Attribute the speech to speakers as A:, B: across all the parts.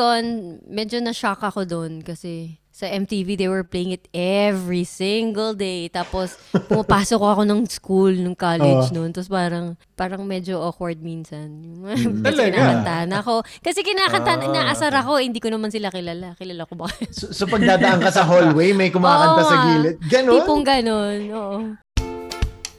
A: Yun, medyo na-shock ako doon kasi sa MTV they were playing it every single day. Tapos pumapasok ako ng school, ng college noon. Tapos parang parang medyo awkward minsan.
B: Talaga?
A: kasi kinakantahan ako. Kasi kinakantahan,
B: Ah,
A: inaasar ako. Hindi ko naman sila kilala. Kilala ko ba? kayo?
B: So, so pagdadaan ka sa hallway, may kumakanta
A: Oo,
B: sa
A: ah.
B: gilid. Ganon?
A: Tipong ganun. Oo.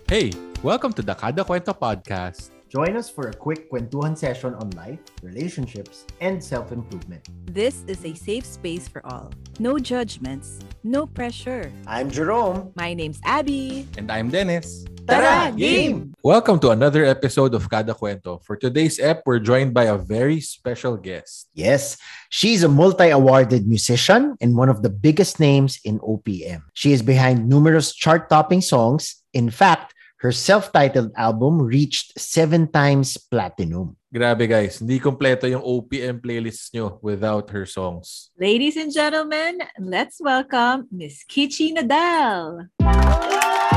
C: Hey, welcome to the Kada Kwento podcast.
B: Join us for a quick kwentuhan session on life, relationships, and self-improvement.
D: This is a safe space for all. No judgments, no pressure.
B: I'm Jerome.
D: My name's Abby.
C: And I'm Dennis.
B: Tara,
D: Tara,
B: game!
C: Welcome to another episode of Kada Kwento. For today's ep, we're joined by a very special guest.
B: Yes, she's a multi-awarded musician and one of the biggest names in OPM. She is behind numerous chart-topping songs. In fact, her self-titled album reached seven times platinum.
C: Grabe guys, hindi kompleto yung OPM playlist nyo without her songs.
D: Ladies and gentlemen, let's welcome Miss Kichi Nadal.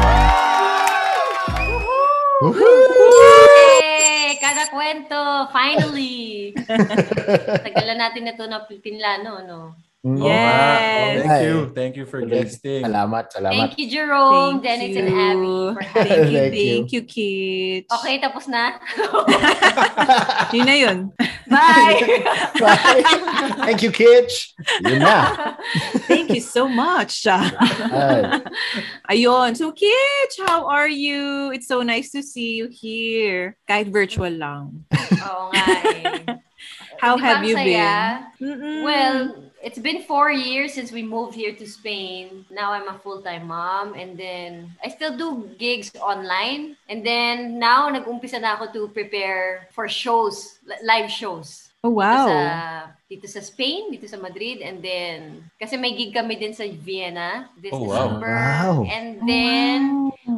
E: Yay! Kada kwento, finally! Tagalan natin ito na pinlano, no?
B: Mm.
C: Oo nga. Oh,
D: Yes.
C: thank you. Thank you for guesting.
B: Salamat, salamat.
E: Thank you, Jerome,
D: Thank
E: Dennis,
D: you.
E: and Abby for having
D: Thank you,
B: Thank you.
D: thank you, Kitch.
E: Okay, tapos na.
D: Yun na yun.
E: Bye!
B: Bye. Thank you, Kitch. Yun na.
D: Thank you so much.
B: Ay.
D: Ayun. So, Kitch, how are you? It's so nice to see you here. Kahit virtual lang.
E: Oo nga eh.
D: How
E: Di ba
D: have
E: ang
D: you
E: saya?
D: been? Hmm. Mm-mm.
E: Well, it's been four years since we moved here to Spain. Now I'm a full-time mom and then I still do gigs online. And then now nag-umpisa na ako to prepare for shows, li- live shows.
D: oh,
E: dito
D: wow.
E: sa dito sa Spain, dito sa Madrid and then kasi may gig kami din sa Vienna this
C: Oh, wow.
E: December.
B: Wow.
E: And
D: Oh,
E: then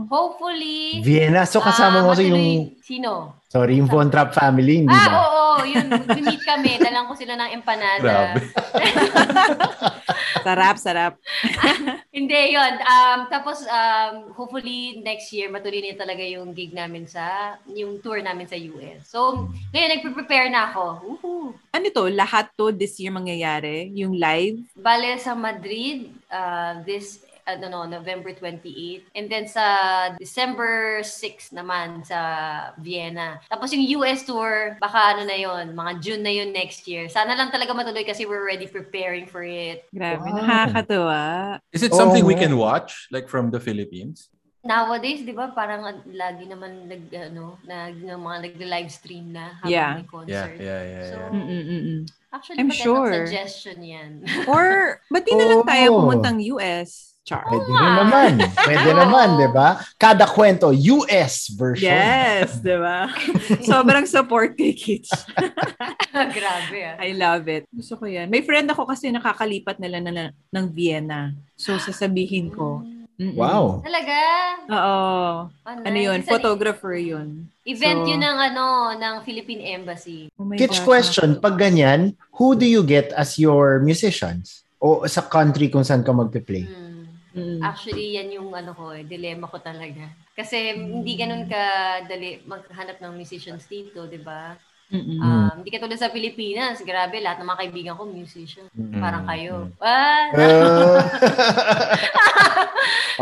E: hopefully
B: Vienna. So
E: ah,
B: kasama mo sa
E: matuloy-
B: yung,
E: sino?
B: sorry, yung Von Trapp family, hindi
E: Ah, oo, oo,
B: ba?
E: yun, meet kami, dalang ko sila ng empanada.
C: Grabe.
D: Sarap, sarap.
E: Hindi, yun. Um, tapos, um, hopefully, next year, matuloy na talaga yung gig namin sa, yung tour namin sa US. So, ngayon, nagpe-prepare na ako. Woohoo!
D: Ano to? Lahat to this year mangyayari? Yung live?
E: Bale sa Madrid uh, this I don't know, November 28. And then sa December 6 naman sa Vienna. Tapos yung US tour, baka ano na yon mga June na yon next year. Sana lang talaga matuloy kasi we're already preparing for it.
D: Grabe,
B: Wow.
D: nakakatuwa.
C: Is it
B: Oo
C: something we
B: nga.
C: can watch, like from the Philippines?
E: Nowadays, di ba, parang uh, lagi naman nag, ano, nag, ng mga nag-live stream na habang
D: Yeah.
E: may
C: Yeah,
E: concert.
C: yeah, yeah. yeah.
E: So- mm.
D: Mm-mm-mm.
E: Actually,
D: I'm
E: magandang
D: sure.
E: suggestion yan.
D: Or, ba't di na lang tayo
B: Oh.
D: pumuntang US? Char.
E: Oo
B: Pwede rin
E: nga.
B: naman. Pwede
E: Oo.
B: naman, di ba? Kada kwento, US version.
D: Yes, di ba? Sobrang support kay Kitch.
E: Grabe ah.
D: I love it. Gusto ko yan. May friend ako kasi nakakalipat na lang na- ng Vienna. So, sasabihin ko. Mm-mm.
B: Wow.
E: Mm, Talaga?
D: Oo.
E: Oh,
D: Ano
E: nice.
D: yun?
E: Isa-
D: Photographer yun.
E: Event
D: So-
E: yun ng ano, ng Philippine Embassy.
D: Oh my
B: Kitch
D: gosh,
B: question, pag
D: nakakatuwa.
B: ganyan, who do you get as your musicians? O sa country kung saan ka magpe-play?
E: Mm.
D: Mm.
E: Actually, yan yung ano ko, eh, dilemma ko talaga. Kasi hindi ganun ka dali maghanap ng musicians dito, di ba?
D: Mm-mm.
E: Um, hindi ka tulad sa Pilipinas. Grabe, lahat ng mga kaibigan ko, musician.
B: Mm.
D: Hmm.
E: Parang kayo.
C: Mm.
E: Ah,
B: Uh,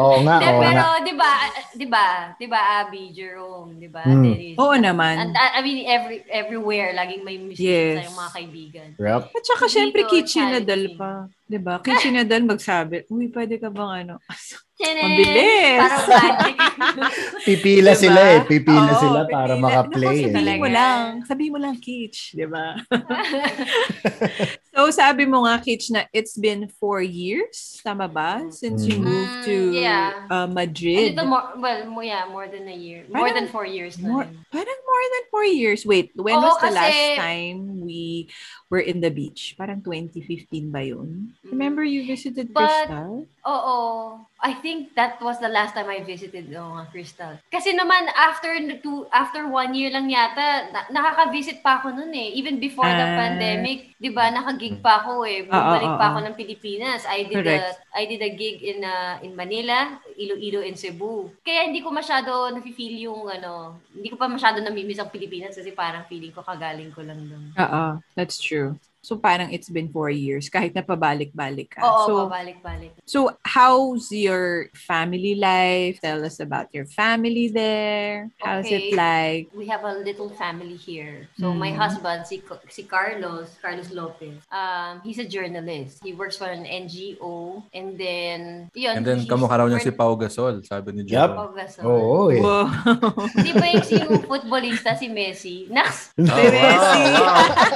B: oo nga,
E: Hindi,
B: Ah, oo
E: pero
B: nga.
E: 'di ba, 'di ba? 'Di ba Abby, Jerome, 'di ba?
B: Mm.
E: Dennis?
D: Oo ano? naman.
E: And, uh, I I mean every everywhere laging may musicians
D: Yes.
E: tayong mga kaibigan.
B: Rep.
D: At saka
E: Hindi
D: syempre,
E: ko
D: Kitchen
E: challenging.
D: Nadal pa. 'Di ba? Kitchen Nadal magsabi, uy, pwede ka bang ano?
E: Tiyanin!
D: Mabilis!
E: Parang magic.
B: Pipila
D: Diba?
B: sila eh. Pipila
D: Oo,
B: sila para
D: pipila.
B: makaplay. eh.
D: Naku, sabihin mo
E: Talaga.
D: lang. Sabihin mo lang, Kitch. Di ba? so, sabi mo nga, Kitch, na it's been four years, tama ba? Since
B: Mm.
D: you moved to
E: Mm, yeah. A
D: uh, Madrid.
E: little more, well, mo- yeah, more than a year. More
D: Parang-
E: than four years na.
D: More,
E: rin.
D: parang more than four years. Wait, when
E: Oo,
D: was the
E: kasi-
D: last time we were in the beach? Parang 2015 ba yun?
E: Mm.
D: Remember you visited
E: But-
D: Crystal?
E: Oo. I think that was the last time I visited oh, nga, Crystal. Kasi naman, after two, after one year lang yata, na- nakaka-visit pa ako nun eh. Even before the
D: Ah.
E: pandemic, di ba, nakagig pa ako eh.
D: Oo,
E: Bumalik
D: oo,
E: pa
D: oo.
E: ako ng Pilipinas. I did
D: ah. Correct.
E: a, I did a gig in uh, in Manila, Iloilo, and Cebu. Kaya hindi ko masyado nafe-feel yung ano, hindi ko pa masyado namimiss ang Pilipinas kasi parang feeling ko kagaling ko lang doon.
D: Oo, that's true. So parang it's been four years kahit na pabalik-balik ka.
E: Oo,
D: Ah, so,
E: pabalik-balik.
D: so how's your family life? Tell us about your family there. How's
E: Okay.
D: it like?
E: We have a little family here. So
D: Mm.
C: Mm-hmm.
E: my husband, si, si Carlos, Carlos Lopez, um, he's a journalist. He works for an NGO. And then, yun.
C: And then,
E: he's-
C: kamukha raw niya si
E: we're-
C: Pau Gasol, sabi
B: Yup.
C: ni Jerome.
E: Pau Gasol.
B: Oo eh.
D: Wow.
E: Di ba yung, yung footballista, si Messi? Naks!
C: Oh,
D: Messi.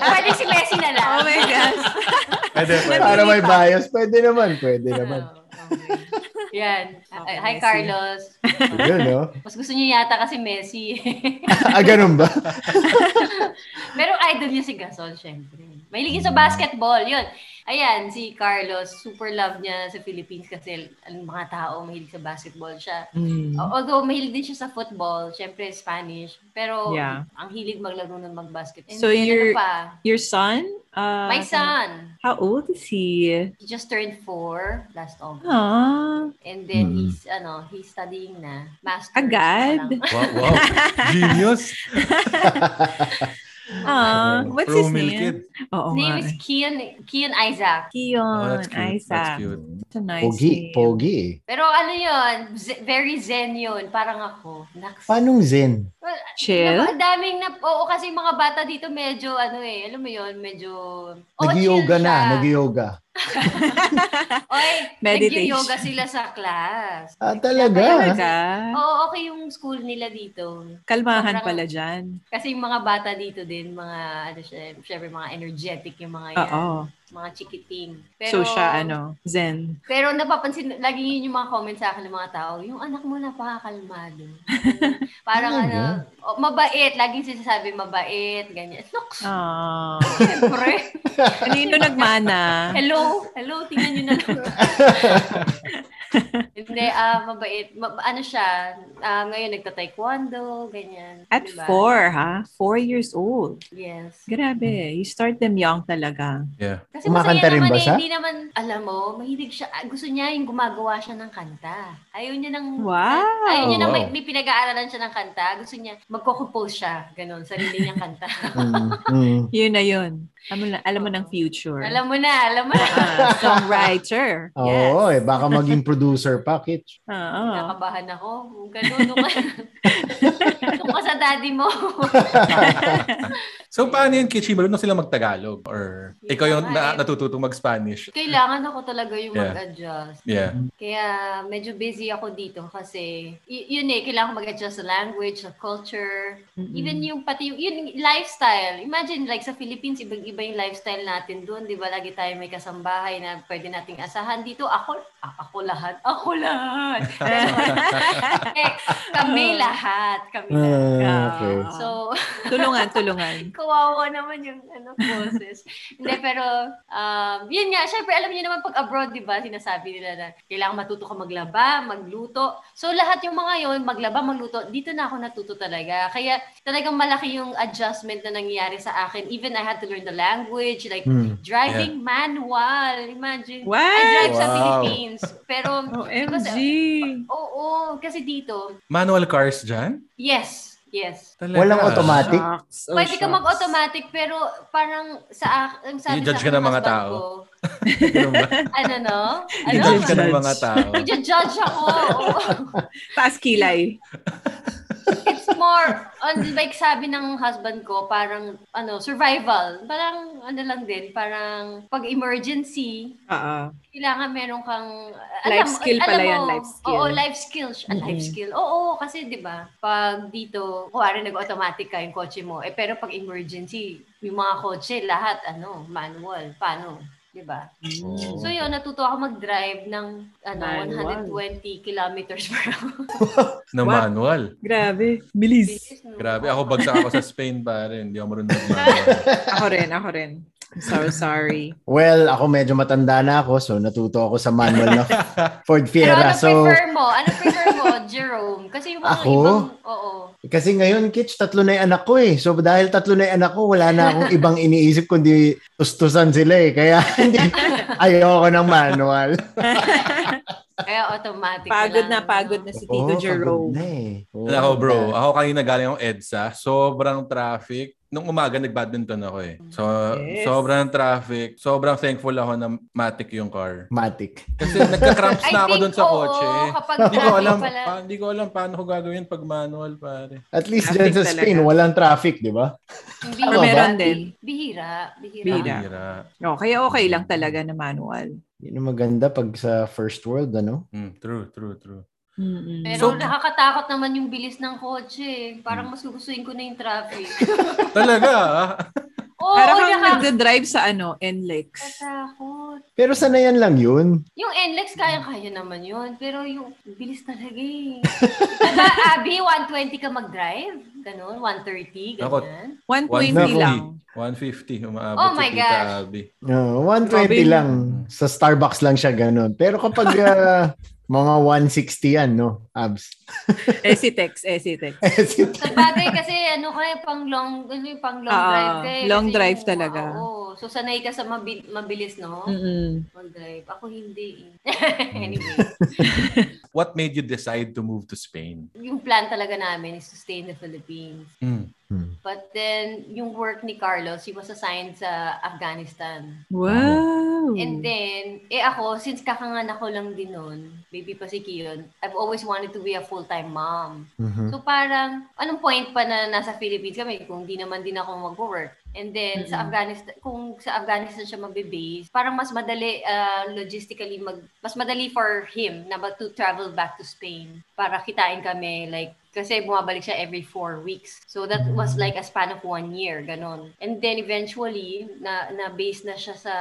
E: Pwede si Messi na lang.
D: oh my gosh.
C: Pwede, pwede.
B: Para may bias, pwede naman, pwede naman.
E: Oh, okay. Yan.
D: Okay,
E: Hi,
D: Messi.
E: Carlos.
B: Yun, no?
E: Mas gusto niyo yata kasi Messi.
B: ah, ganun ba?
E: Pero idol niya si Gasol, syempre. Mahilig yun sa basketball, yun. Ayan, si Carlos, super love niya sa Philippines kasi ang mga tao mahilig sa basketball siya.
C: Hmm.
E: Although mahilig din siya sa football, syempre Spanish. Pero
D: Yeah.
E: ang hilig maglaro ng mag-basketball.
D: So
E: And ano
D: you're-
E: pa?
D: Your son? Uh,
E: My son,
D: How old is he?
E: he just turned four last August.
D: Ah,
E: And then
B: Hmm.
E: he's ano, he's studying na master's.
D: Agad?
E: Parang-
C: Wow, wow. Genius.
D: ah, what's his
C: Pro-mill kid.
D: name? Oo
E: His name
D: nga.
E: is Kian Kian Isaac.
C: Oh,
D: Kion,
C: that's cute. That's
D: Isaac.
C: cute.
D: It's a nice
B: Pogi,
D: name.
B: pogi eh.
E: Pero ano yun, ze- very zen yun. Parang ako. Naks.
B: Paanong zen?
E: Well,
D: Chill?
E: Ang daming na, oo kasi yung mga bata dito medyo ano eh, alam mo yun, medyo... oh,
B: Nag-yoga
E: chill
B: na,
E: siya.
B: nag-yoga.
E: Oy,
D: Meditation.
E: nag-yoga sila sa class.
B: Ah, talaga?
D: Talaga?
E: Oo, okay yung school nila dito.
D: Kalmahan
E: Sobrang-
D: pala dyan.
E: Kasi yung mga bata dito din, mga, ano siya, syempre mga energetic yung mga yan.
D: Oo.
E: Mga chikiting.
D: So siya, ano, zen.
E: Pero napapansin, lagi yun yung mga comment sa akin ng mga tao, yung anak mo napakakalmado. Parang ano, oh, mabait. Laging sinasabi mabait, ganyan. Looks,
D: Ah.
E: syempre.
D: Kanino Ano nagmana?
E: Hello, hello, tingnan niyo na lang. Hindi, ah, mabait. Ma- ano siya, ah, ngayon nagta-taekwondo, ganyan.
D: At
E: diba?
D: four, ha? Four years old.
E: Yes. Hmm.
D: Grabe. You start them young talaga.
C: Yeah.
E: Kasi
B: Kumakanta
E: masaya
B: rin
E: naman
B: ba
E: eh,
B: siya?
E: hindi naman, alam mo, mahilig siya, ah, gusto niya yung gumagawa siya ng kanta. Ayaw niya ng,
D: Wow.
E: ayaw niya ng may,
C: Wow.
E: may pinag-aaralan siya ng kanta. Gusto niya, magko-compose siya, ganun, sarili niyang kanta.
B: Mm, mm.
D: Yun na yun. Alam mo, na, alam mo ng future.
E: alam mo na, alam mo na.
D: Ah, songwriter.
B: Oo eh,
D: yes.
B: baka maging producer pa, Kitch.
D: Oo.
E: Nakabahan ako. Kung Ganun, nung ka, nung ka sa daddy mo.
C: So, paano yun, Kichi? Marunong sila mag-Tagalog? Or ikaw yung
D: eh.
C: na- natututong mag-Spanish?
E: Kailangan ako talaga yung
C: Yeah.
E: mag-adjust.
C: Yeah.
E: Kaya medyo busy ako dito kasi y- yun eh, kailangan ko mag-adjust sa language, sa culture,
C: Mm-hmm.
D: Mm-mm.
E: even yung pati yung, yun, yung lifestyle. Imagine like sa Philippines, ibang-iba yung lifestyle natin doon, di ba? Lagi tayo may kasambahay na pwede nating asahan. Dito ako, a- ako lahat, ako lahat. eh, kami lahat, kami lahat.
B: Ah, okay.
D: Ah.
E: So,
D: tulungan, tulungan.
E: Kawawa naman yung ano, boses. Hindi, pero um, yun nga, syempre alam niyo naman pag abroad, di ba, sinasabi nila na kailangan matuto ka maglaba, magluto. So lahat yung mga yon maglaba, magluto, dito na ako natuto talaga. Kaya talagang malaki yung adjustment na nangyayari sa akin. Even I had to learn the language, like
B: Mm.
E: driving manual. Imagine. I
D: What?
E: drive sa
C: Wow.
E: Philippines. Pero,
D: OMG.
E: oo, kasi dito,
C: Manual cars dyan?
E: yes, yes.
C: Talaga.
B: Walang automatic?
D: Shucks. Oh,
E: Pwede ka
D: shucks.
E: mag-automatic pero parang sa akin, sa
C: I-judge ka ng mga tao. Ganun ba?
E: ano no? Ano?
C: I-judge ka ng mga tao.
E: I-judge ako. Oo.
D: Taas kilay.
E: It's more on like sabi ng husband ko parang ano survival. Parang ano lang din parang pag emergency
D: Oo.
E: kailangan meron kang
D: Life skill pala yan, life skill.
E: Oo, life skill. siya, Life skill. Oo, kasi 'di ba? Pag dito, kuwari nag-automatic ka yung kotse mo. Eh pero pag emergency, yung mga kotse lahat ano, manual. Paano? 'Di ba?
C: Oo.
E: So yun, natuto ako mag-drive ng ano,
D: Mm. Manual.
E: 120 kilometers per hour.
C: Na manual.
D: Grabe. Bilis.
E: Bilis, no?
C: Grabe, ako bagsak ako sa Spain pare. Hindi ako marunong mag-manual.
D: Ako rin, ako rin. I'm so sorry.
B: Well, ako medyo matanda na ako, so natuto ako sa manual na Ford
E: Pero ano
B: Fiera. So,
E: prefer mo? Ano prefer mo, Jerome? Kasi yung mga
B: Ako?
E: ibang, oo.
B: kasi ngayon, Kitch, tatlo na yung anak ko eh. So, dahil tatlo na yung anak ko, wala na akong ibang iniisip kundi tustusan sila eh. Kaya, hindi, ayoko ng manual.
E: Kaya automatic
D: Pagod na,
E: lang,
D: pagod
E: ano.
D: na si
B: Oo,
D: Tito
B: pagod
D: Jerome.
B: na eh. Oo.
C: Wala ako bro, ako kanina galing ako EDSA, sobrang traffic. Nung umaga nagbadminton ako eh. So,
D: Yes.
C: sobrang traffic. Sobrang thankful ako na matic yung car.
B: Matic.
C: Kasi nagka-cramps na ako dun sa
E: oo,
C: kotse.
E: kapag
C: Hindi ko
E: traffic
C: alam,
E: pala.
C: pa, hindi ko alam paano ko gagawin pag manual pare.
B: At least
D: Traffic
B: dyan sa Spain,
D: talaga.
B: walang traffic, di ba?
E: Hindi
B: Pero
D: meron din.
E: Bihira. Bihira.
D: Bihira.
C: Bihira.
D: No, kaya okay lang talaga na manual.
B: Yun ang maganda pag sa first world, ano?
C: Mm, true, true, true.
D: Mm-mm.
E: Pero
C: So-
E: nakakatakot naman yung bilis ng kotse. eh. Parang mas gugustuhin ko na yung traffic.
C: Talaga. ah.
E: Oo,
D: Parang kang
E: nakakatakot.
D: nagdadrive sa ano, NLEX.
B: Pero sanayan lang yun.
E: Yung NLEX, kaya-kaya naman yun. Pero yung bilis talaga eh. Diba, Abby, 120 ka mag-drive? Ganun, 130,
C: Ako,
E: ganyan.
D: 120 lang.
C: 150 umaabot
E: Oh
C: si
E: my
C: Tita
E: gosh.
C: Abby.
B: Uh, 120
D: Grabe.
B: lang. Sa Starbucks lang siya ganun. Pero kapag ah, mga 160 yan, no? Abs.
D: Esitex, Esitex.
E: Sa bagay kasi ano kaya pang long, ano yung pang long
D: Ah,
E: drive kayo.
D: long
E: Kasi
D: drive
E: yung- ah,
D: talaga. Mm.
E: Oo, so sanay ka sa mabi- mabilis, no?
D: Mm-mm.
E: Long drive. Ako hindi. eh. anyway,
C: What made you decide to move to Spain?
E: yung plan talaga namin is to stay in the Philippines.
C: Mm.
E: But then, yung work ni Carlos, he was assigned sa Afghanistan.
D: Wow.
E: And then, eh ako, since kakanganak ko lang din nun, baby pa si Kiyon, I've always wanted to be a full-time mom.
B: Mhm.
E: So parang, anong point pa na nasa Philippines kami kung di naman din ako mag-work? And then, sa Afghanistan, kung sa Afghanistan siya mabe-base, parang mas madali ah, logistically, mag, mas madali for him na ba to travel back to Spain para kitain kami, like, kasi bumabalik siya every four weeks. So that was like a span of one year, ganon. And then eventually, na, na base na siya sa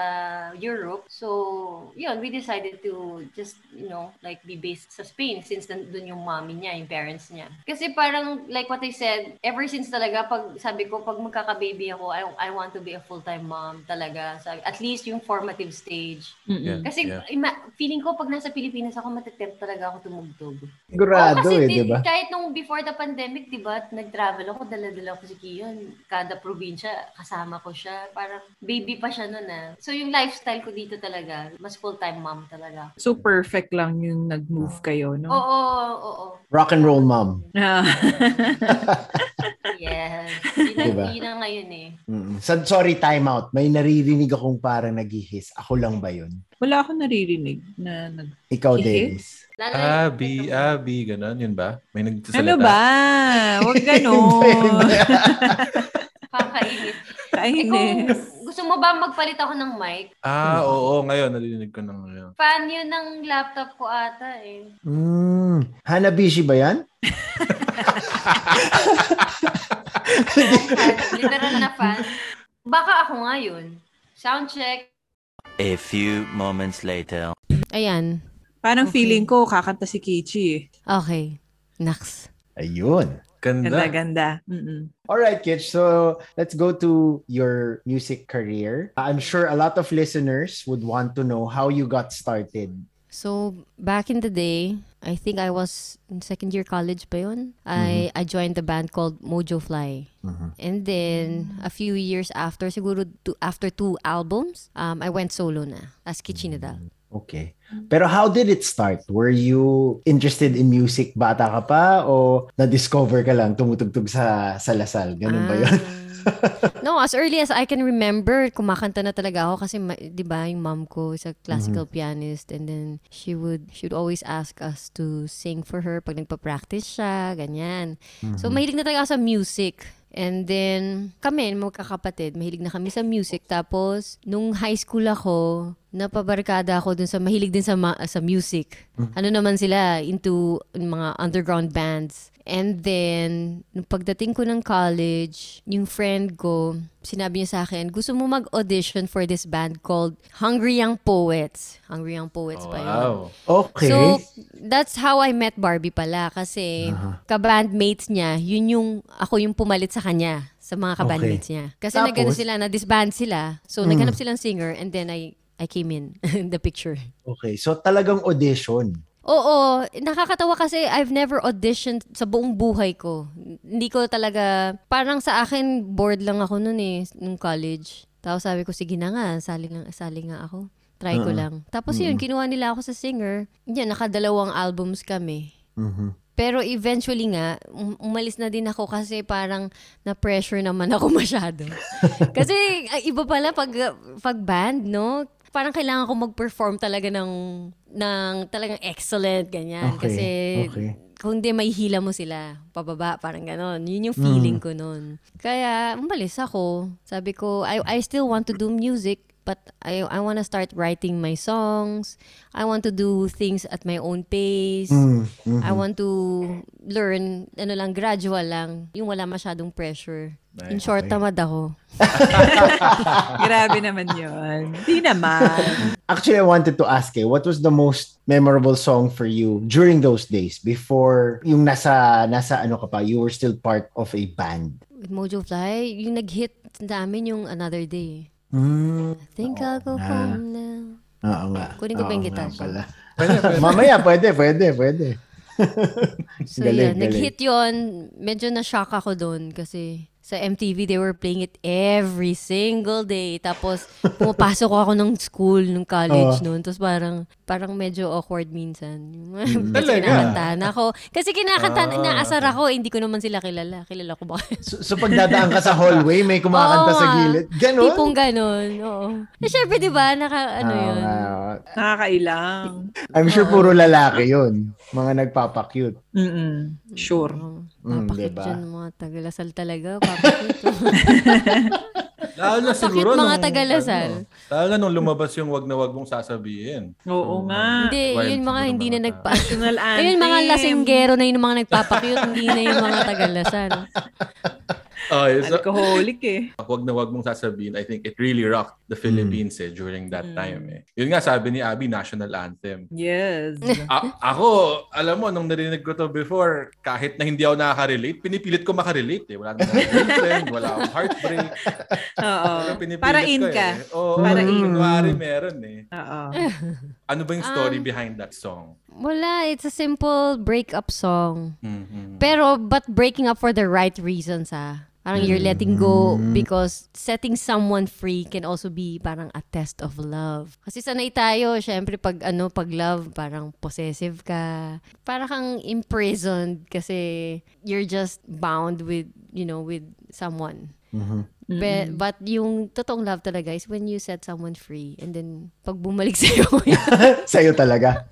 E: Europe. So, yun, we decided to just, you know, like be based sa Spain since nan- dun yung mommy niya, yung parents niya. Kasi parang, like what I said, ever since talaga, pag sabi ko, pag magkakababy ako, I, I want to be a full-time mom talaga. Sabi, at least yung formative stage.
D: Mm-mm.
E: Kasi
C: Yeah.
E: ima- feeling ko pag nasa Pilipinas ako, matitempt talaga ako tumugtog.
B: Sigurado
E: Oo,
B: eh,
E: di-
B: di ba?
E: Kahit nung before the pandemic, di ba, nag-travel ako, dala-dala ko si Kiyon. Kada probinsya, kasama ko siya. Parang baby pa siya noon ah. So yung lifestyle ko dito talaga, mas full-time mom talaga.
D: So perfect lang yung nag-move
E: Oo,
D: kayo, no?
E: oo, oo.
B: Rock and roll mom.
D: Ah.
E: Yes. Yun ang,
B: Diba?
E: yun ang ngayon eh.
B: Mm-mm. Sa- Sorry, time out. May naririnig akong parang naghihis. Ako lang ba yun?
D: Wala akong naririnig na nag...
B: Ikaw,
D: Hihis?
B: Dennis.
E: Lalo na yung-
C: Abby, Abby, ganun, yun ba? May nagsasalita.
D: Ano ba? Huwag
B: Hindi, hindi.
D: ganon.
E: Kakainis. Eh, kung
D: Kainis.
E: gusto mo ba magpalit ako ng mic?
C: Ah, oo, ngayon, narinig ko na ngayon.
E: Fan yun ng laptop ko ata eh.
B: Mm, Hanabishi ba yan?
E: Literal na fan. Baka ako nga yun. Sound check.
F: A few moments later.
A: Ayan.
D: Parang feeling ko kakanta si Kichi eh.
A: Okay. Next.
B: Ayun.
C: Ganda.
D: Ganda, ganda. Mm-mm.
B: All right, Kitch. So let's go to your music career. I'm sure a lot of listeners would want to know how you got started.
A: So, back in the day, I think I was in second year college pa yun. I,
B: Mm-hmm.
A: I joined the band called Mojo Fly. And then, a few years after, siguro two, after two albums, um, I went solo na as Kichinidal.
B: Okay. Pero how did it start? Were you interested in music bata ka pa o na-discover ka lang tumutugtog sa salasal? Ganun ba yun?
A: Ah. no, as early as I can remember, kumakanta na talaga ako kasi, ma- di ba, yung mom ko is a classical
B: Mm-hmm.
A: pianist and then she would she would always ask us to sing for her pag nagpa-practice siya, ganyan. So,
B: Mm-hmm.
A: mahilig na talaga ako sa music. And then, kami, magkakapatid, mahilig na kami sa music. Tapos, nung high school ako, napabarkada ako dun sa, mahilig din sa, ma- sa music. Ano naman sila, into mga underground bands. And then, nung pagdating ko ng college, yung friend ko, sinabi niya sa akin, gusto mo mag-audition for this band called Hungry Young Poets. Hungry Young Poets
C: Oh,
A: pa yun.
C: wow.
B: Okay.
A: So, that's how I met Barbie pala kasi kabandmates niya, yun yung, ako yung pumalit sa kanya sa mga kabandmates niya. Kasi
B: Tapos?
A: nagano sila, na-disband sila. So, naghanap silang singer and then I I came in the picture.
B: Okay. So talagang audition.
A: Oo, nakakatawa kasi I've never auditioned sa buong buhay ko. Hindi ko talaga, parang sa akin, bored lang ako noon eh, nung college. Tapos sabi ko, sige na nga, sali, lang, sali nga ako. Try ko
B: Oo.
A: lang. Tapos yun, kinuha nila ako sa singer. Yan, nakadalawang albums kami.
B: Mhm.
A: Pero eventually nga, um- umalis na din ako kasi parang na-pressure naman ako masyado. kasi ah, iba pala pag, pag band, no? Parang kailangan ko mag-perform talaga ng, ng talagang excellent, ganyan.
B: Okay,
A: Kasi
B: okay.
A: kung di may hila mo sila, pababa, parang ganon. Yun yung feeling
B: Mm.
A: ko nun. Kaya umalis ako. Sabi ko, I, I still want to do music, but I, I want to start writing my songs. I want to do things at my own pace.
B: Mm, mhm.
A: I want to learn, ano lang, gradual lang. Yung wala masyadong pressure. In short, tamad ako.
D: Grabe naman yun. Di naman.
B: Actually, I wanted to ask eh, what was the most memorable song for you during those days before yung nasa nasa ano ka pa, you were still part of a band.
A: With Mojo Fly, yung nag-hit namin yung Another Day.
B: Mm,
A: I think I'll go
B: na.
A: home now.
B: oo nga.
A: Kunin ko pa
B: Oo
A: yung
B: nga
A: guitar.
B: pala.
C: Pwede, pwede.
B: Mamaya, pwede, pwede, pwede.
A: So
B: Galing, galing.
A: yun, nag-hit yun. Medyo na-shock ako doon kasi sa MTV, they were playing it every single day. Tapos, pumapasok ako ng school, ng college noon. Tapos parang, parang medyo awkward minsan.
B: Mm,
A: kasi
C: Talaga?
A: kinakantahan ako. Kasi
B: Ah.
A: kinakantahan, inaasar ako. eh, hindi ko naman sila kilala. Kilala ko ba?
B: So, so pagdadaan ka sa hallway, may kumakanta
A: Oo
B: sa
A: nga.
B: gilid. Ganon.
A: Tipong ganun, oo. Eh, syempre, di ba? Naka,
C: Ah,
A: ano
B: Oo
A: yun?
B: nga.
D: Nakakailang.
B: Ah, I'm sure puro lalaki yun. Mga nagpapakyut.
D: Mm-mm. Sure.
A: Oo.
B: Mm,
A: Papakit
B: diba?
A: dyan mga tagalasal talaga. Papakit.
C: Lalo na siguro
A: Bakit mga
C: nung-
A: tagalasal?
C: ano, Lalo na nung lumabas yung wag na wag mong sasabihin.
D: Oo nga.
A: Hindi,
C: Wild
A: yun mga
C: siguro
A: hindi
C: mga
A: na
C: tao.
A: nagpa...
D: National anthem.
A: Ayun, mga lasinggero na yun, mga nagpapakyut, hindi na yung mga tagalasan.
C: Oh, yes.
D: Alcoholic eh.
C: wag na wag mong sasabihin, I think it really rocked the Philippines eh during that
D: Mm.
C: time eh. Yun nga sabi ni Abby, national anthem.
D: Yes.
C: A- ako, alam mo, nung narinig ko to before, kahit na hindi ako nakaka-relate, pinipilit ko makarelate eh. Wala akong girlfriend, wala akong heartbreak.
D: Oo.
C: Pero pinipilit
D: Para
C: ko
D: in
C: eh.
D: ka.
C: Oo,
D: Para in.
C: kunwari meron eh.
D: Oo.
C: Ano ba yung story
A: Um,
C: behind that song?
A: Wala, it's a simple breakup song.
C: Mhm.
A: Pero, but breaking up for the right reasons, ha? Parang you're letting go because setting someone free can also be parang a test of love. Kasi sanay tayo, syempre pag ano, pag love, parang possessive ka. Parang kang imprisoned kasi you're just bound with, you know, with someone. Be- but yung totoong love talaga is when you set someone free and then pag bumalik sa'yo,
B: Sa'yo talaga.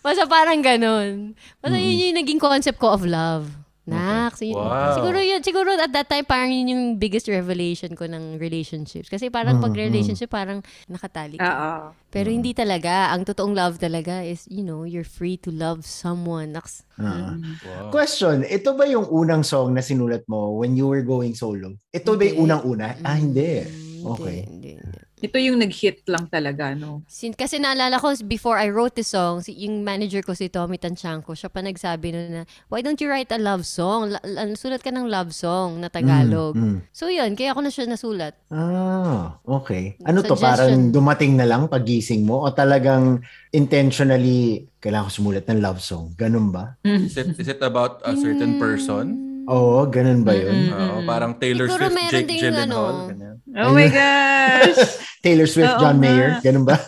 A: basta parang ganun. Basta yun yung naging concept ko of love. Nak, so yun-
C: Wow.
A: siguro yun, siguro at that time parang yun yung biggest revelation ko ng relationships. Kasi parang pag relationship parang nakatali ka.
D: Oo.
A: Pero hindi talaga. Ang totoong love talaga is, you know, you're free to love someone. Naks,
B: Ah.
D: Mm.
C: Wow.
B: Question, ito ba yung unang song na sinulat mo when you were going solo? Ito ba yung
A: Hindi.
B: unang-una? Ah, hindi.
A: mm,
B: Okay.
A: Hindi, hindi, hindi.
D: Ito yung nag-hit lang talaga, no?
A: Sin- kasi naalala ko, before I wrote the song, si- yung manager ko si Tommy Tanchanco, siya pa nagsabi nun na, why don't you write a love song? La- la- sulat ka ng love song na Tagalog.
B: Mm, mm.
A: So yun, kaya ako na siya nasulat.
B: Ah, okay. Ano to,
A: Suggestion.
B: parang dumating na lang pagising mo o talagang intentionally kailangan ko sumulat ng love song? Ganun ba?
D: Mm.
C: Is it, is it about a
A: Hmm.
C: certain person?
B: Oo, ganun ba yun?
D: Mm-mm.
C: Oo, parang Taylor
A: Siguro
C: Swift,
A: meron
C: Jake
A: ding
C: Gyllenhaal.
A: ano.
C: ganyan.
D: Oh my gosh!
B: Taylor Swift,
D: Oo
B: John
D: nga.
B: Mayer, ganun ba?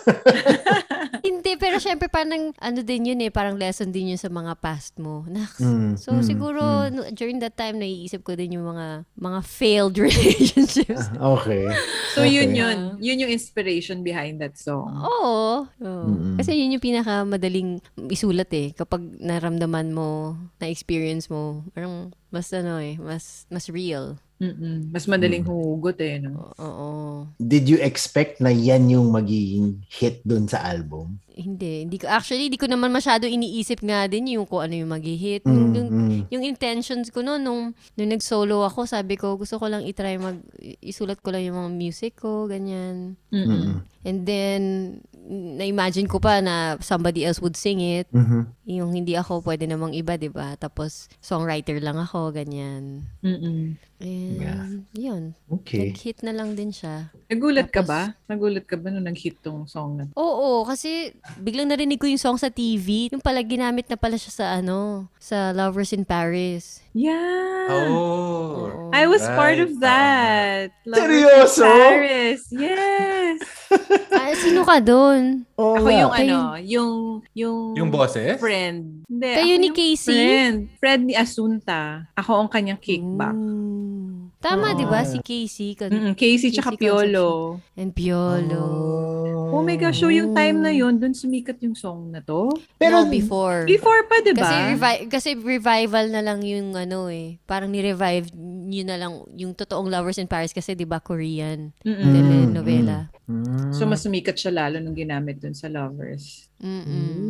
A: Hindi, pero syempre parang ano din yun eh, parang lesson din yun sa mga past mo. Naks.
B: Mm,
A: So
B: mm,
A: siguro no- during that time naiisip ko din yung mga mga failed
B: Ah.
A: relationships.
B: Okay.
D: So yun
B: Okay.
D: yun. Yun yung inspiration behind that song.
A: Oo. Oo.
B: Mm-mm.
A: Kasi yun yung pinakamadaling isulat eh. Kapag naramdaman mo, na-experience mo, parang mas ano eh, mas, mas real.
D: Mm-mm. Mas
C: Mm.
D: madaling humugot eh, no?
A: O- Oo.
B: Did you expect na yan yung magiging hit dun sa album?
A: Hindi. hindi ko, actually, hindi ko naman masyado iniisip nga din yung kung ano yung mag-hit.
B: Mm.
A: Yung, yung,
B: Mm-mm.
A: yung intentions ko noon, nung, nung nag-solo ako, sabi ko, gusto ko lang itry mag, isulat ko lang yung mga music ko, ganyan.
D: Mm-mm.
A: And then, na-imagine ko pa na somebody else would sing it.
B: Mhm.
A: yung hindi ako pwede namang iba, 'di ba? Tapos songwriter lang ako, ganyan.
D: Mm-mm.
A: And
B: Yeah.
A: yun,
B: Okay.
A: nag-hit na lang din siya.
D: Nagulat ka
A: Tapos-
D: ba? Nagulat ka ba nung nag-hit tong song na to?
A: Oo, kasi biglang narinig ko yung song sa TV. Yung pala ginamit na pala siya sa ano, sa Lovers in Paris.
D: Yeah!
C: Oh.
A: Oo.
D: I was
C: Right.
D: part of that. Love
B: Seryoso?
D: in Paris. Yes.
A: Ah, si sino ka doon?
B: Oo
D: Ako
B: nga.
D: yung
A: Kayo-
D: ano, yung, yung,
C: Yung boses?
D: friend. Hindi,
A: Kayo
D: Eh, ako
A: ni
D: yung
A: Casey?
D: Friend. Friend ni Asunta. Ako ang kanyang kickback.
A: Mm. Tama, di ba? Si Casey. Ka-
D: Mm. Casey tsaka
A: Casey Concepcion.
D: Piolo.
A: And Piolo.
B: Ah.
D: Oh my gosh, so yung time na yun, dun sumikat yung song na to.
A: Pero
B: Pero
A: no, before.
D: Before pa, di ba?
A: Kasi, revi- kasi revival na lang yung ano eh. Parang ni-revive nyo na lang yung totoong Lovers in Paris kasi di ba Korean
D: Mm-mm.
A: telenovela.
B: Mm.
D: So, mas sumikat siya lalo nung ginamit dun sa Lovers.
B: Mm.
A: Mm-mm.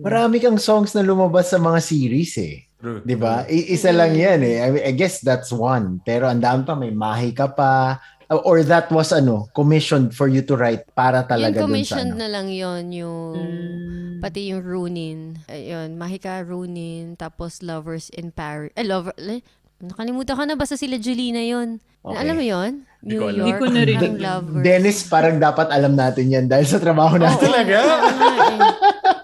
B: marami kang songs na lumabas sa mga series eh.
C: True.
B: Di ba? I- isa lang
A: Mm.
B: yan eh. I, mean, I guess that's one. Pero ang dami pa, may mahi ka pa. Or that was ano, commissioned for you to write para
A: Yung
B: talaga dun sa ano.
A: commissioned na lang yon yung
D: Mm.
A: pati yung Runin. Ayun, Mahika Runin, tapos Lovers in Paris. Eh, Lover, eh, nakalimutan ko na basta sila Julina yon.
B: Okay.
A: Alam mo yon?
C: Di
A: New
C: ko alam.
A: York,
D: Di ko na rin
A: ang
D: alam.
A: Lovers.
B: Dennis, parang dapat alam natin yan dahil sa trabaho
A: Oo,
B: natin.
C: Talaga?
A: oo nga eh.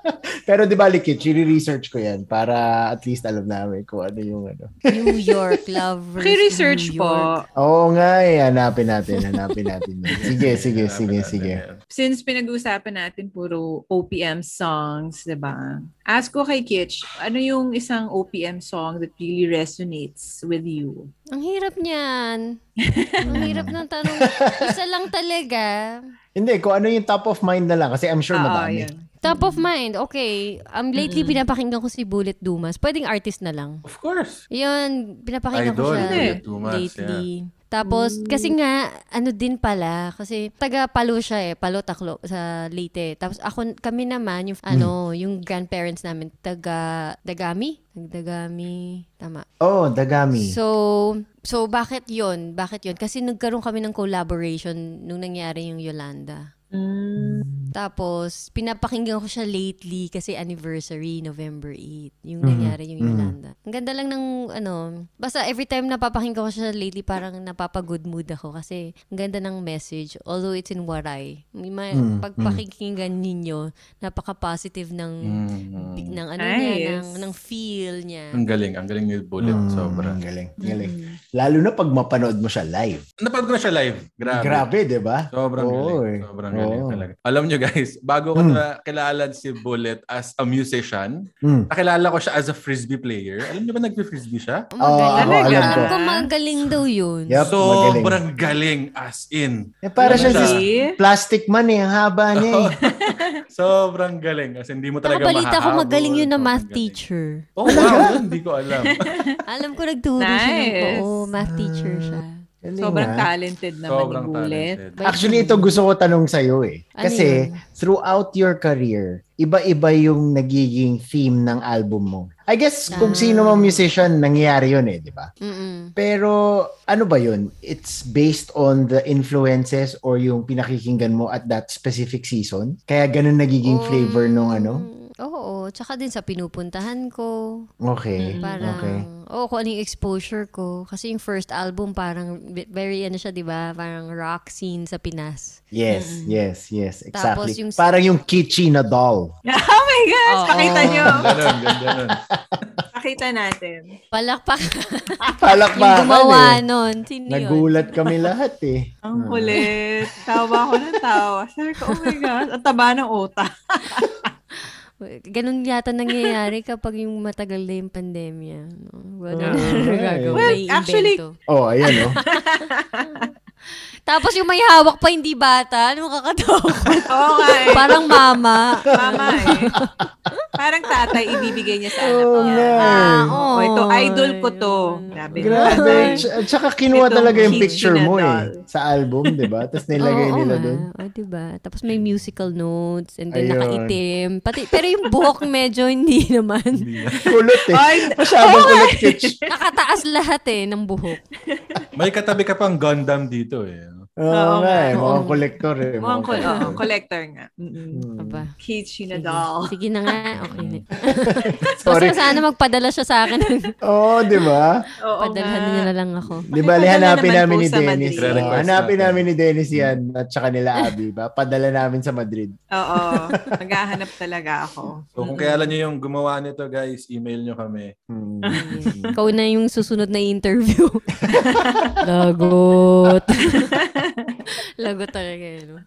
B: Pero di ba, Likit, research ko yan para at least alam namin kung ano yung ano.
A: eh. New York lovers.
D: Paki-research
A: New York.
D: po.
B: Oo nga eh, hanapin natin, hanapin natin. yun. Sige, sige,
C: Hanapin
B: sige,
C: natin
B: sige.
C: yan.
D: Since pinag-uusapan natin puro OPM songs, di ba? Ask ko kay Kitch, ano yung isang OPM song that really resonates with you?
A: Ang hirap niyan. Ang hirap ng tanong. Isa lang talaga.
B: Hindi, kung ano yung top of mind na lang kasi I'm sure
D: Oo,
B: madami.
D: Ah, yun.
A: Top of mind. Okay. Um, lately, pinapakinggan ko si Bullet Dumas. Pwedeng artist na lang.
C: Of course.
A: Yun, pinapakinggan ko
C: Idol,
A: siya
D: Bullet
C: Dumas, Mm.
A: lately. Tapos, kasi nga, ano din pala, kasi taga Palo siya eh, Palo Taklo sa Leyte. Tapos ako, kami naman, yung,
C: Hmm.
A: ano, yung grandparents namin, taga Dagami? Dagami, tama.
B: Oh, Dagami.
A: So, so bakit yon? Bakit yon? Kasi nagkaroon kami ng collaboration nung nangyari yung Yolanda.
D: Mm.
A: Tapos, pinapakinggan ko siya lately kasi anniversary, November 8,
B: Mhm.
D: Mm-hmm.
A: yung nangyari yung
B: Mhm.
A: Yolanda. Ang ganda lang ng, ano, basta every time napapakinggan ko siya lately, parang napapa-good mood ako kasi ang ganda ng message, although it's in Waray. May ma-
D: Mm-hmm.
B: Mm,
A: Pagpakinggan ninyo, napaka-positive ng,
D: Mm-hmm.
C: Mm.
A: ng ano niya, ng,
D: Nice.
A: ng feel niya.
D: Mm-hmm.
C: Ang galing, ang galing ni Bullet.
B: Mm,
C: Sobra.
B: ang Galing, ang galing. Lalo na pag mapanood mo siya live.
C: Napanood ko na siya live. Grabe.
B: Grabe, di ba?
C: Sobrang
B: Oo,
C: galing.
B: eh.
C: Sobrang galing
B: Oo.
C: talaga. Alam nyo guys, bago ko
B: Mm.
C: na kilala si Bullet as a musician,
B: Mm.
C: nakilala ko siya as a frisbee player. Alam nyo ba nag-frisbee siya?
A: Oh, magaling.
D: ako, alam
A: alam
D: ko.
A: ko magaling daw yun.
B: Yup,
C: Sobrang galing. as in.
B: Eh, para
C: Ano
B: siya
C: siya?
B: si plastic man eh, ang haba niya eh.
C: Sobrang galing. As in, hindi mo talaga
A: Nakabalita ko
C: mahahabol.
A: magaling yun na
C: Sobrang
A: math
C: galing.
A: teacher.
C: Oh, wow. Hindi ko alam.
A: Alam ko nagturo siya ng
D: Nice.
A: oo, math teacher siya.
B: Galing,
D: Sobrang
B: ah.
D: talented naman
C: Sobrang
D: ni Bullet.
C: talented.
A: By-
B: Actually, ito gusto ko tanong sa'yo eh.
A: Ano
B: Kasi
A: yun?
B: throughout your career, iba-iba yung nagiging theme ng album mo. I guess kung
A: Ah.
B: sino mang musician, nangyayari yun eh, di ba?
A: Mm-mm.
B: Pero ano ba yun? It's based on the influences or yung pinakikinggan mo at that specific season? Kaya ganun
A: Oh.
B: nagiging flavor nung ano?
A: Mm, Oo, tsaka din sa pinupuntahan ko.
B: Okay.
A: Mm, Parang,
B: Okay.
A: oo, kung ano yung exposure ko. Kasi yung first album, parang very ano siya, di ba? Parang rock scene sa Pinas.
B: Yes, yes, yes.
A: Tapos
B: Exactly.
A: yung-
B: Parang yung kitschy na doll.
D: Oh my gosh!
A: Oo.
D: Pakita nyo.
C: Ganun, ganun, ganun.
D: Pakita natin.
A: Palakpak yung
B: Palakpakan
A: gumawa
B: eh.
A: nun. Sino yun?
B: Nagulat kami lahat eh.
D: Ang kulit. Tawa ko ng tawa. Sabi ko, oh my gosh. Ang taba ng utak.
A: Ganun yata nangyayari kapag yung matagal na yung pandemya. No? Wala na
B: Alright.
D: Ah.
A: gagawin.
D: Well,
A: May
D: actually,
A: invento.
B: Oh, ayan oh.
A: Tapos yung may hawak pa hindi bata, ano makakatakot?
D: Oo nga eh.
A: Parang mama.
D: Mama eh. Parang tatay ibibigay niya sa anak
B: Oh,
D: niya.
B: man.
A: Ah,
D: Oh, ito idol ko to. Grabe.
B: Grabe. Ts- At saka kinuha
D: Itong
B: talaga yung
D: kitschy
B: picture
D: na
B: mo
D: doll.
B: eh. Sa album, di ba? Tapos nilagay
A: Oo,
B: nila
A: oo,
B: doon.
A: ah. O, diba? Tapos may musical notes and then
B: Ayun.
A: nakaitim. Pati, pero yung buhok medyo hindi naman.
C: Hindi na.
B: Kulot eh.
D: Ay,
B: Masyadong kulot kitsch.
A: Nakataas lahat eh ng buhok.
C: May katabi ka pang Gundam dito eh.
B: Oo
D: Oo
B: nga eh.
D: nga.
B: Mukhang collector eh.
D: mukhang ko,
B: collector.
D: oo, collector nga. Mm-mm.
B: Hmm.
A: Aba.
D: Kitschy na
A: Sige.
D: doll.
A: Sige na nga. Okay na.
B: Mm. Sorry.
A: Basta sana magpadala siya sa akin.
B: Oo, di ba?
D: Oo
A: Padalhan
D: nga.
A: niya na lang ako.
B: Di ba,
D: Ay, padala
B: hanapin
D: naman
B: namin
D: po
B: ni
D: sa
B: Dennis.
D: Madrid.
B: Oo,
C: Request
B: hanapin
C: natin.
B: namin ni Dennis yan at saka nila Abby ba? Padala namin sa Madrid.
D: Oo. Maghahanap talaga ako.
C: So kung kailan nyo yung gumawa nito guys, email nyo kami.
B: Hmm.
A: Ikaw na yung susunod na interview. Lagot. Lagot talaga yun. no?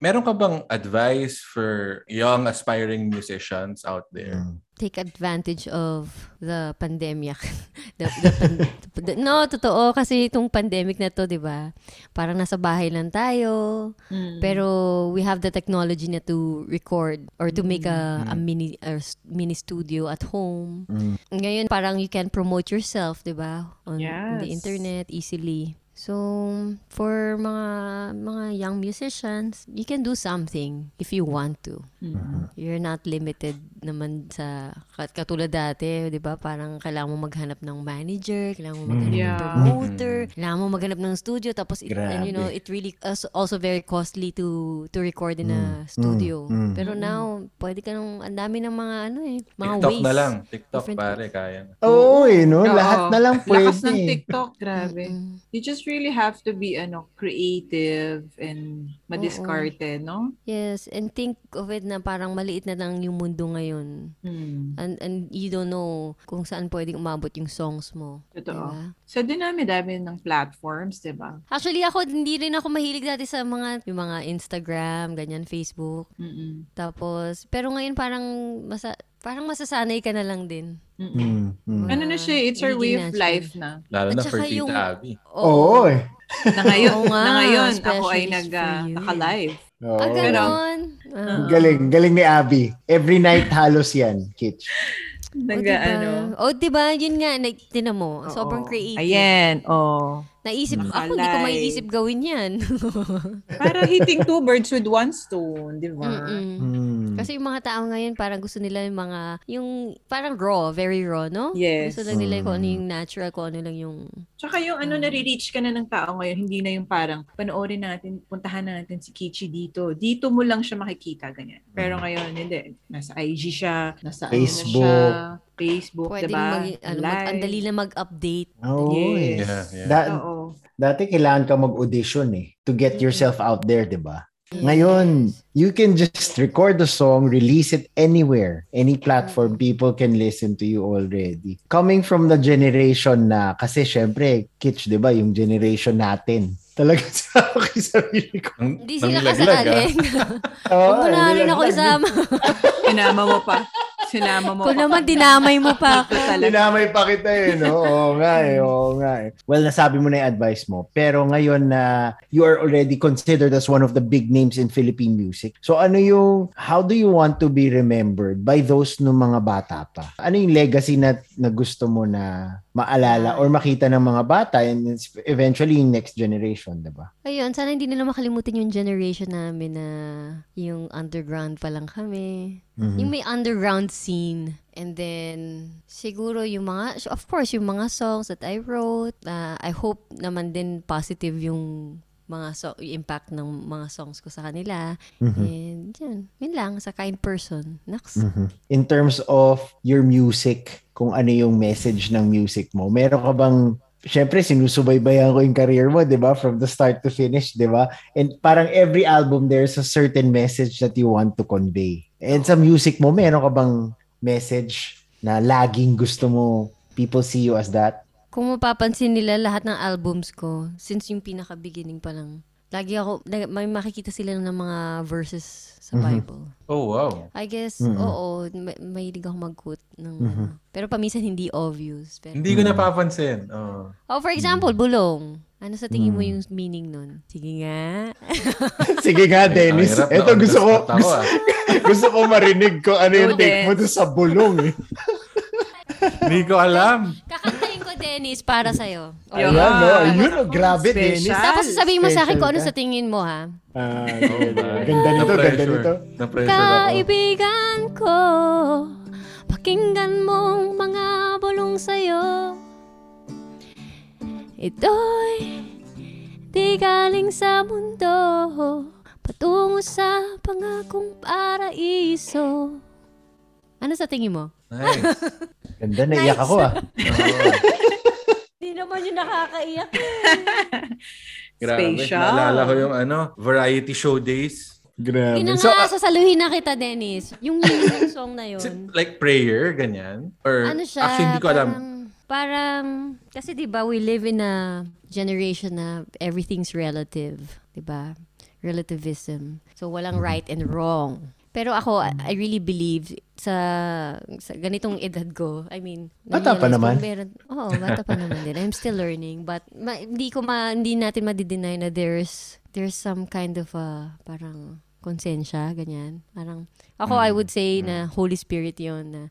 C: Meron ka bang advice for young aspiring musicians out there?
B: Mm.
A: Take advantage of the pandemic. the, the pan- the- no, totoo. Kasi itong pandemic na to, di ba? Parang nasa bahay lang tayo. Pero we have the technology na to record or to make a, a mini a s- mini studio at home. Ngayon parang you can promote yourself, 'di ba? On on the
D: Yes.
A: internet easily. So, for mga mga young musicians, you can do something if you want to. You're not limited naman sa kat- katulad dati, 'di ba? Parang kailangan mo maghanap ng manager, kailangan mo maghanap ng
D: Yeah.
A: promoter, kailangan mo maghanap ng studio tapos it, and you know,
B: Grabe.
A: it really is also very costly to to record in a studio.
B: mm.
A: Pero now, pwede ka nung ang dami ng mga ano eh, mga
C: TikTok
A: ways.
C: na lang. TikTok,
A: Different-
C: pare, kaya na.
B: Oo, eh, no?
D: Oo.
B: Lahat na lang
D: Lakas ng
B: pwede.
D: TikTok, grabe.
A: Mm-mm.
D: You just really have to be ano creative and madiskarte, no?
A: Yes, and think of it na parang maliit na lang yung mundo ngayon.
D: Hmm.
A: And and you don't know kung saan pwedeng umabot yung songs mo.
D: Totoo.
A: Diba?
D: So, dinami-dami ng platforms, di ba?
A: Actually, ako hindi rin ako mahilig dati sa mga yung mga Instagram, ganyan, Facebook.
D: Mm-mm.
A: Tapos, pero ngayon parang masa, parang masasanay ka na lang din.
D: Mm-mm.
B: Mm, mm.
D: Ano na siya, eh, it's our
A: Hindi
D: way of
A: natural.
D: life na.
C: Lalo
A: At
C: na
A: saka
C: for Tita
A: yung-
C: Abby.
B: Oo, eh.
D: Na ngayon,
A: Oo nga,
D: na ngayon ako ay
A: specialist
D: nag,
A: for
D: ah,
A: you.
D: naka-live.
B: Oo.
A: Ah,
D: ganun.
A: ganon. Ah.
D: Oo.
B: Galing, galing ni Abby. Every night halos yan, Kitch.
A: O,
D: Nag,
A: diba?
D: ano.
A: O, diba? Yun nga, nag, tinan mo,
D: Oo.
A: sobrang creative.
D: Ayan, oh.
A: Naisip, ako hindi ko
D: Alay.
A: maiisip gawin yan.
D: Para hitting two birds with one stone, di ba?
A: Mm-mm.
B: Mm.
A: Kasi yung mga tao ngayon, parang gusto nila yung mga, yung parang raw, very raw, no?
D: Yes.
A: Gusto lang nila kung ano
B: Mm.
A: yung natural, kung ano lang yung...
D: Tsaka yung ano, nare-reach ka na ng tao ngayon, hindi na yung parang, panoorin natin, puntahan natin si Kichi dito. Dito mo lang siya makikita, ganyan. Pero ngayon, hindi. Nasa IG siya, nasa ano na
B: Facebook.
D: siya, Facebook,
A: Pwede
D: diba?
A: ano, mag, ang dali na mag-update.
D: Oh,
B: Oo, eh.
D: Yes.
C: Yeah, yeah.
B: Da-
D: Oo.
B: Dati kailangan ka mag-audition eh to get yourself out there, 'di ba? Ngayon, you can just record the song, release it anywhere, any platform, people can listen to you already. Coming from the generation na kasi syempre, kitsch, 'di ba, yung generation natin. Talaga sa akin sarili ko.
C: Ang-
A: Hindi
C: ang
A: sila eh.
C: laglag, ah.
A: kasalanan. Wala rin ako isama.
D: Sinama mo pa. Sinama mo
A: Kung
D: pa.
A: naman dinamay mo pa ako.
D: Dito talaga.
B: Dinamay pa kita eh, no? Oo nga eh, oo nga eh. Well, nasabi mo na yung advice mo. Pero ngayon na you are already considered as one of the big names in Philippine music. So ano yung, how do you want to be remembered by those nung mga bata pa? Ano yung legacy na, na gusto mo na maalala or makita ng mga bata and it's eventually yung next generation, di ba?
A: Ayun, sana hindi nila makalimutan yung generation namin na yung underground pa lang kami.
B: Hmm.
A: Yung may underground scene. And then, siguro yung mga, of course, yung mga songs that I wrote, ah, I hope naman din positive yung mga so, yung impact ng mga songs ko sa kanila.
B: Mm-hmm.
A: And yun, yun lang, sa kind person. Next.
B: in terms of your music, kung ano yung message ng music mo. Meron ka bang, syempre sinusubaybayan ko yung career mo, di ba? From the start to finish, di ba? And parang every album, there's a certain message that you want to convey. And sa music mo, meron ka bang message na laging gusto mo people see you as that?
A: Kung mapapansin nila lahat ng albums ko, since yung pinaka-beginning pa lang, lagi ako, nag- may makikita sila ng mga verses sa Bible.
C: Oh, wow.
A: I guess,
B: Mhm.
A: oo, may, mahilig ako mag-quote ng, ano. pero paminsan hindi obvious. Pero,
C: Hindi ko napapansin. Oh.
A: oh, for example, bulong. Ano sa tingin mo yung meaning nun? Sige nga.
B: Sige nga, Dennis.
C: Ang Ah, hirap na
B: Ito
C: on the
B: Eh, gusto ko,
C: spot ako,
B: gusto,
C: ah.
B: gusto ko marinig ko ano yung
D: Go,
B: take mo
D: Dens.
B: doon sa bulong. Eh.
C: Hindi ko alam.
A: Kakantahin ko, Dennis, para sa'yo. Okay.
B: Ayan,
D: Ayun.
B: no?
D: Ayun.
B: Ayun, oh, grabe,
D: Special.
B: Dennis.
A: Tapos sasabihin mo sa akin kung ano sa
B: Special
A: tingin mo, ha?
B: Ah,
C: Oh, my.
B: ganda nito, ganda
C: Na-pressure.
B: nito.
C: Na-pressure ako.
A: Kaibigan ko, pakinggan mong mga bulong sa'yo. Ito'y di galing sa mundo, patungo sa pangakong paraiso. Ano sa tingin mo?
C: Nice. Oh,
B: Ganda, naiyak
A: Nice.
B: ako ah.
C: Oo.
A: Hindi naman yung nakakaiyak.
C: Grabe.
D: Spatial.
C: Naalala ko yung ano, variety show days.
B: Grabe.
A: Yun na
B: So,
A: nga, sasaluhin na kita, Dennis. Yung, yung, yung song na
C: Is it
A: yun.
C: like prayer, ganyan? Or,
A: Mm. Ano siya?
C: actually, hindi ko alam.
A: Parang, parang, kasi di ba we live in a generation na everything's relative, di ba? Relativism. So, walang
C: Mm-hmm.
A: right and wrong. Pero ako, I- I really believe sa, sa ganitong edad ko, I mean,
B: Bata pa
A: na-realize ko
B: naman.
A: Meron, oh, bata pa naman din. I'm still learning. But ma- hindi ko ma, hindi natin madideny na there's, there's some kind of uh, parang konsensya, ganyan. Parang, ako, I would say na Holy Spirit yon na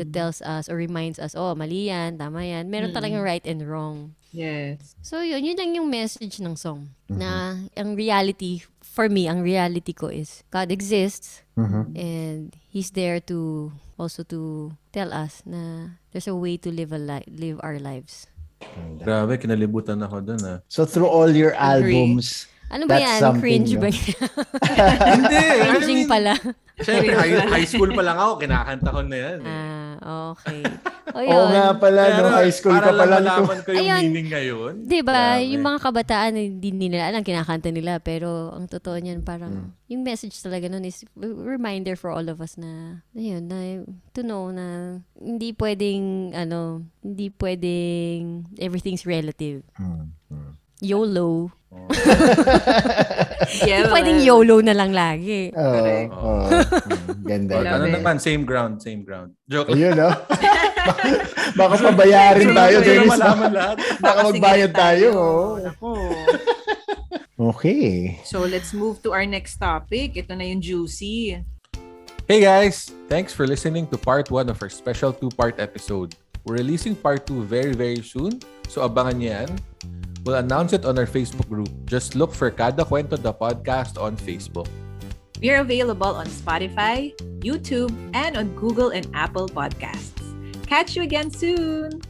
A: that tells us or reminds us, oh, mali yan, tama yan. Meron talagang right and wrong.
D: Yes.
A: So yun, yun lang yung message ng song.
B: Mm-hmm.
A: Na ang reality, for me, ang reality ko is God exists
B: Mm-hmm.
A: and He's there to also to tell us na there's a way to live a li- live our lives.
C: Grabe, kinalibutan ako dun ah.
B: So through all your
D: Agree.
B: albums,
A: Ano ba
B: That's
A: yan?
B: something,
A: Cringe
B: no?
A: ba yan? Cringing pala.
C: Siyempre, high, high school pa lang ako, kinakanta ko na yan. eh.
A: Ah, okay. O
B: oo
A: yun.
B: nga pala, no,
C: Pero
B: high school ka
C: para
B: pa lang to.
C: lang malaman ko yung
A: Ayun.
C: meaning ngayon.
A: Diba,
C: Grabe.
A: yung mga kabataan, eh, hindi nila alam, kinakanta nila. Pero ang totoo niyan, parang, yung message talaga nun is reminder for all of us na, ayun, na, to know na, hindi pwedeng, ano, hindi pwedeng, everything's relative. YOLO.
D: Yeah,
A: Pwedeng YOLO na lang lagi.
B: Oo,
D: Correct.
B: oo. Mm, Ganda.
C: Or, ano
D: Grabe.
B: ganda.
C: Oh. naman, same ground, same ground. Joke lang.
B: Ayun, no? Baka pabayarin tayo,
C: Hindi
B: Dennis.
C: malaman lahat.
B: Baka magbayad tayo. oo.
D: Ako.
B: Okay.
D: oh. So, let's move to our next topic. Ito na yung juicy.
C: Hey guys! Thanks for listening to part 1 of our special two-part episode. We're releasing part 2 very very soon, so abangan niyo yan. We'll announce it on our Facebook group. Just look for Kada Kwento the Podcast on Facebook.
D: We are available on Spotify, YouTube, and on Google and Apple Podcasts. Catch you again soon!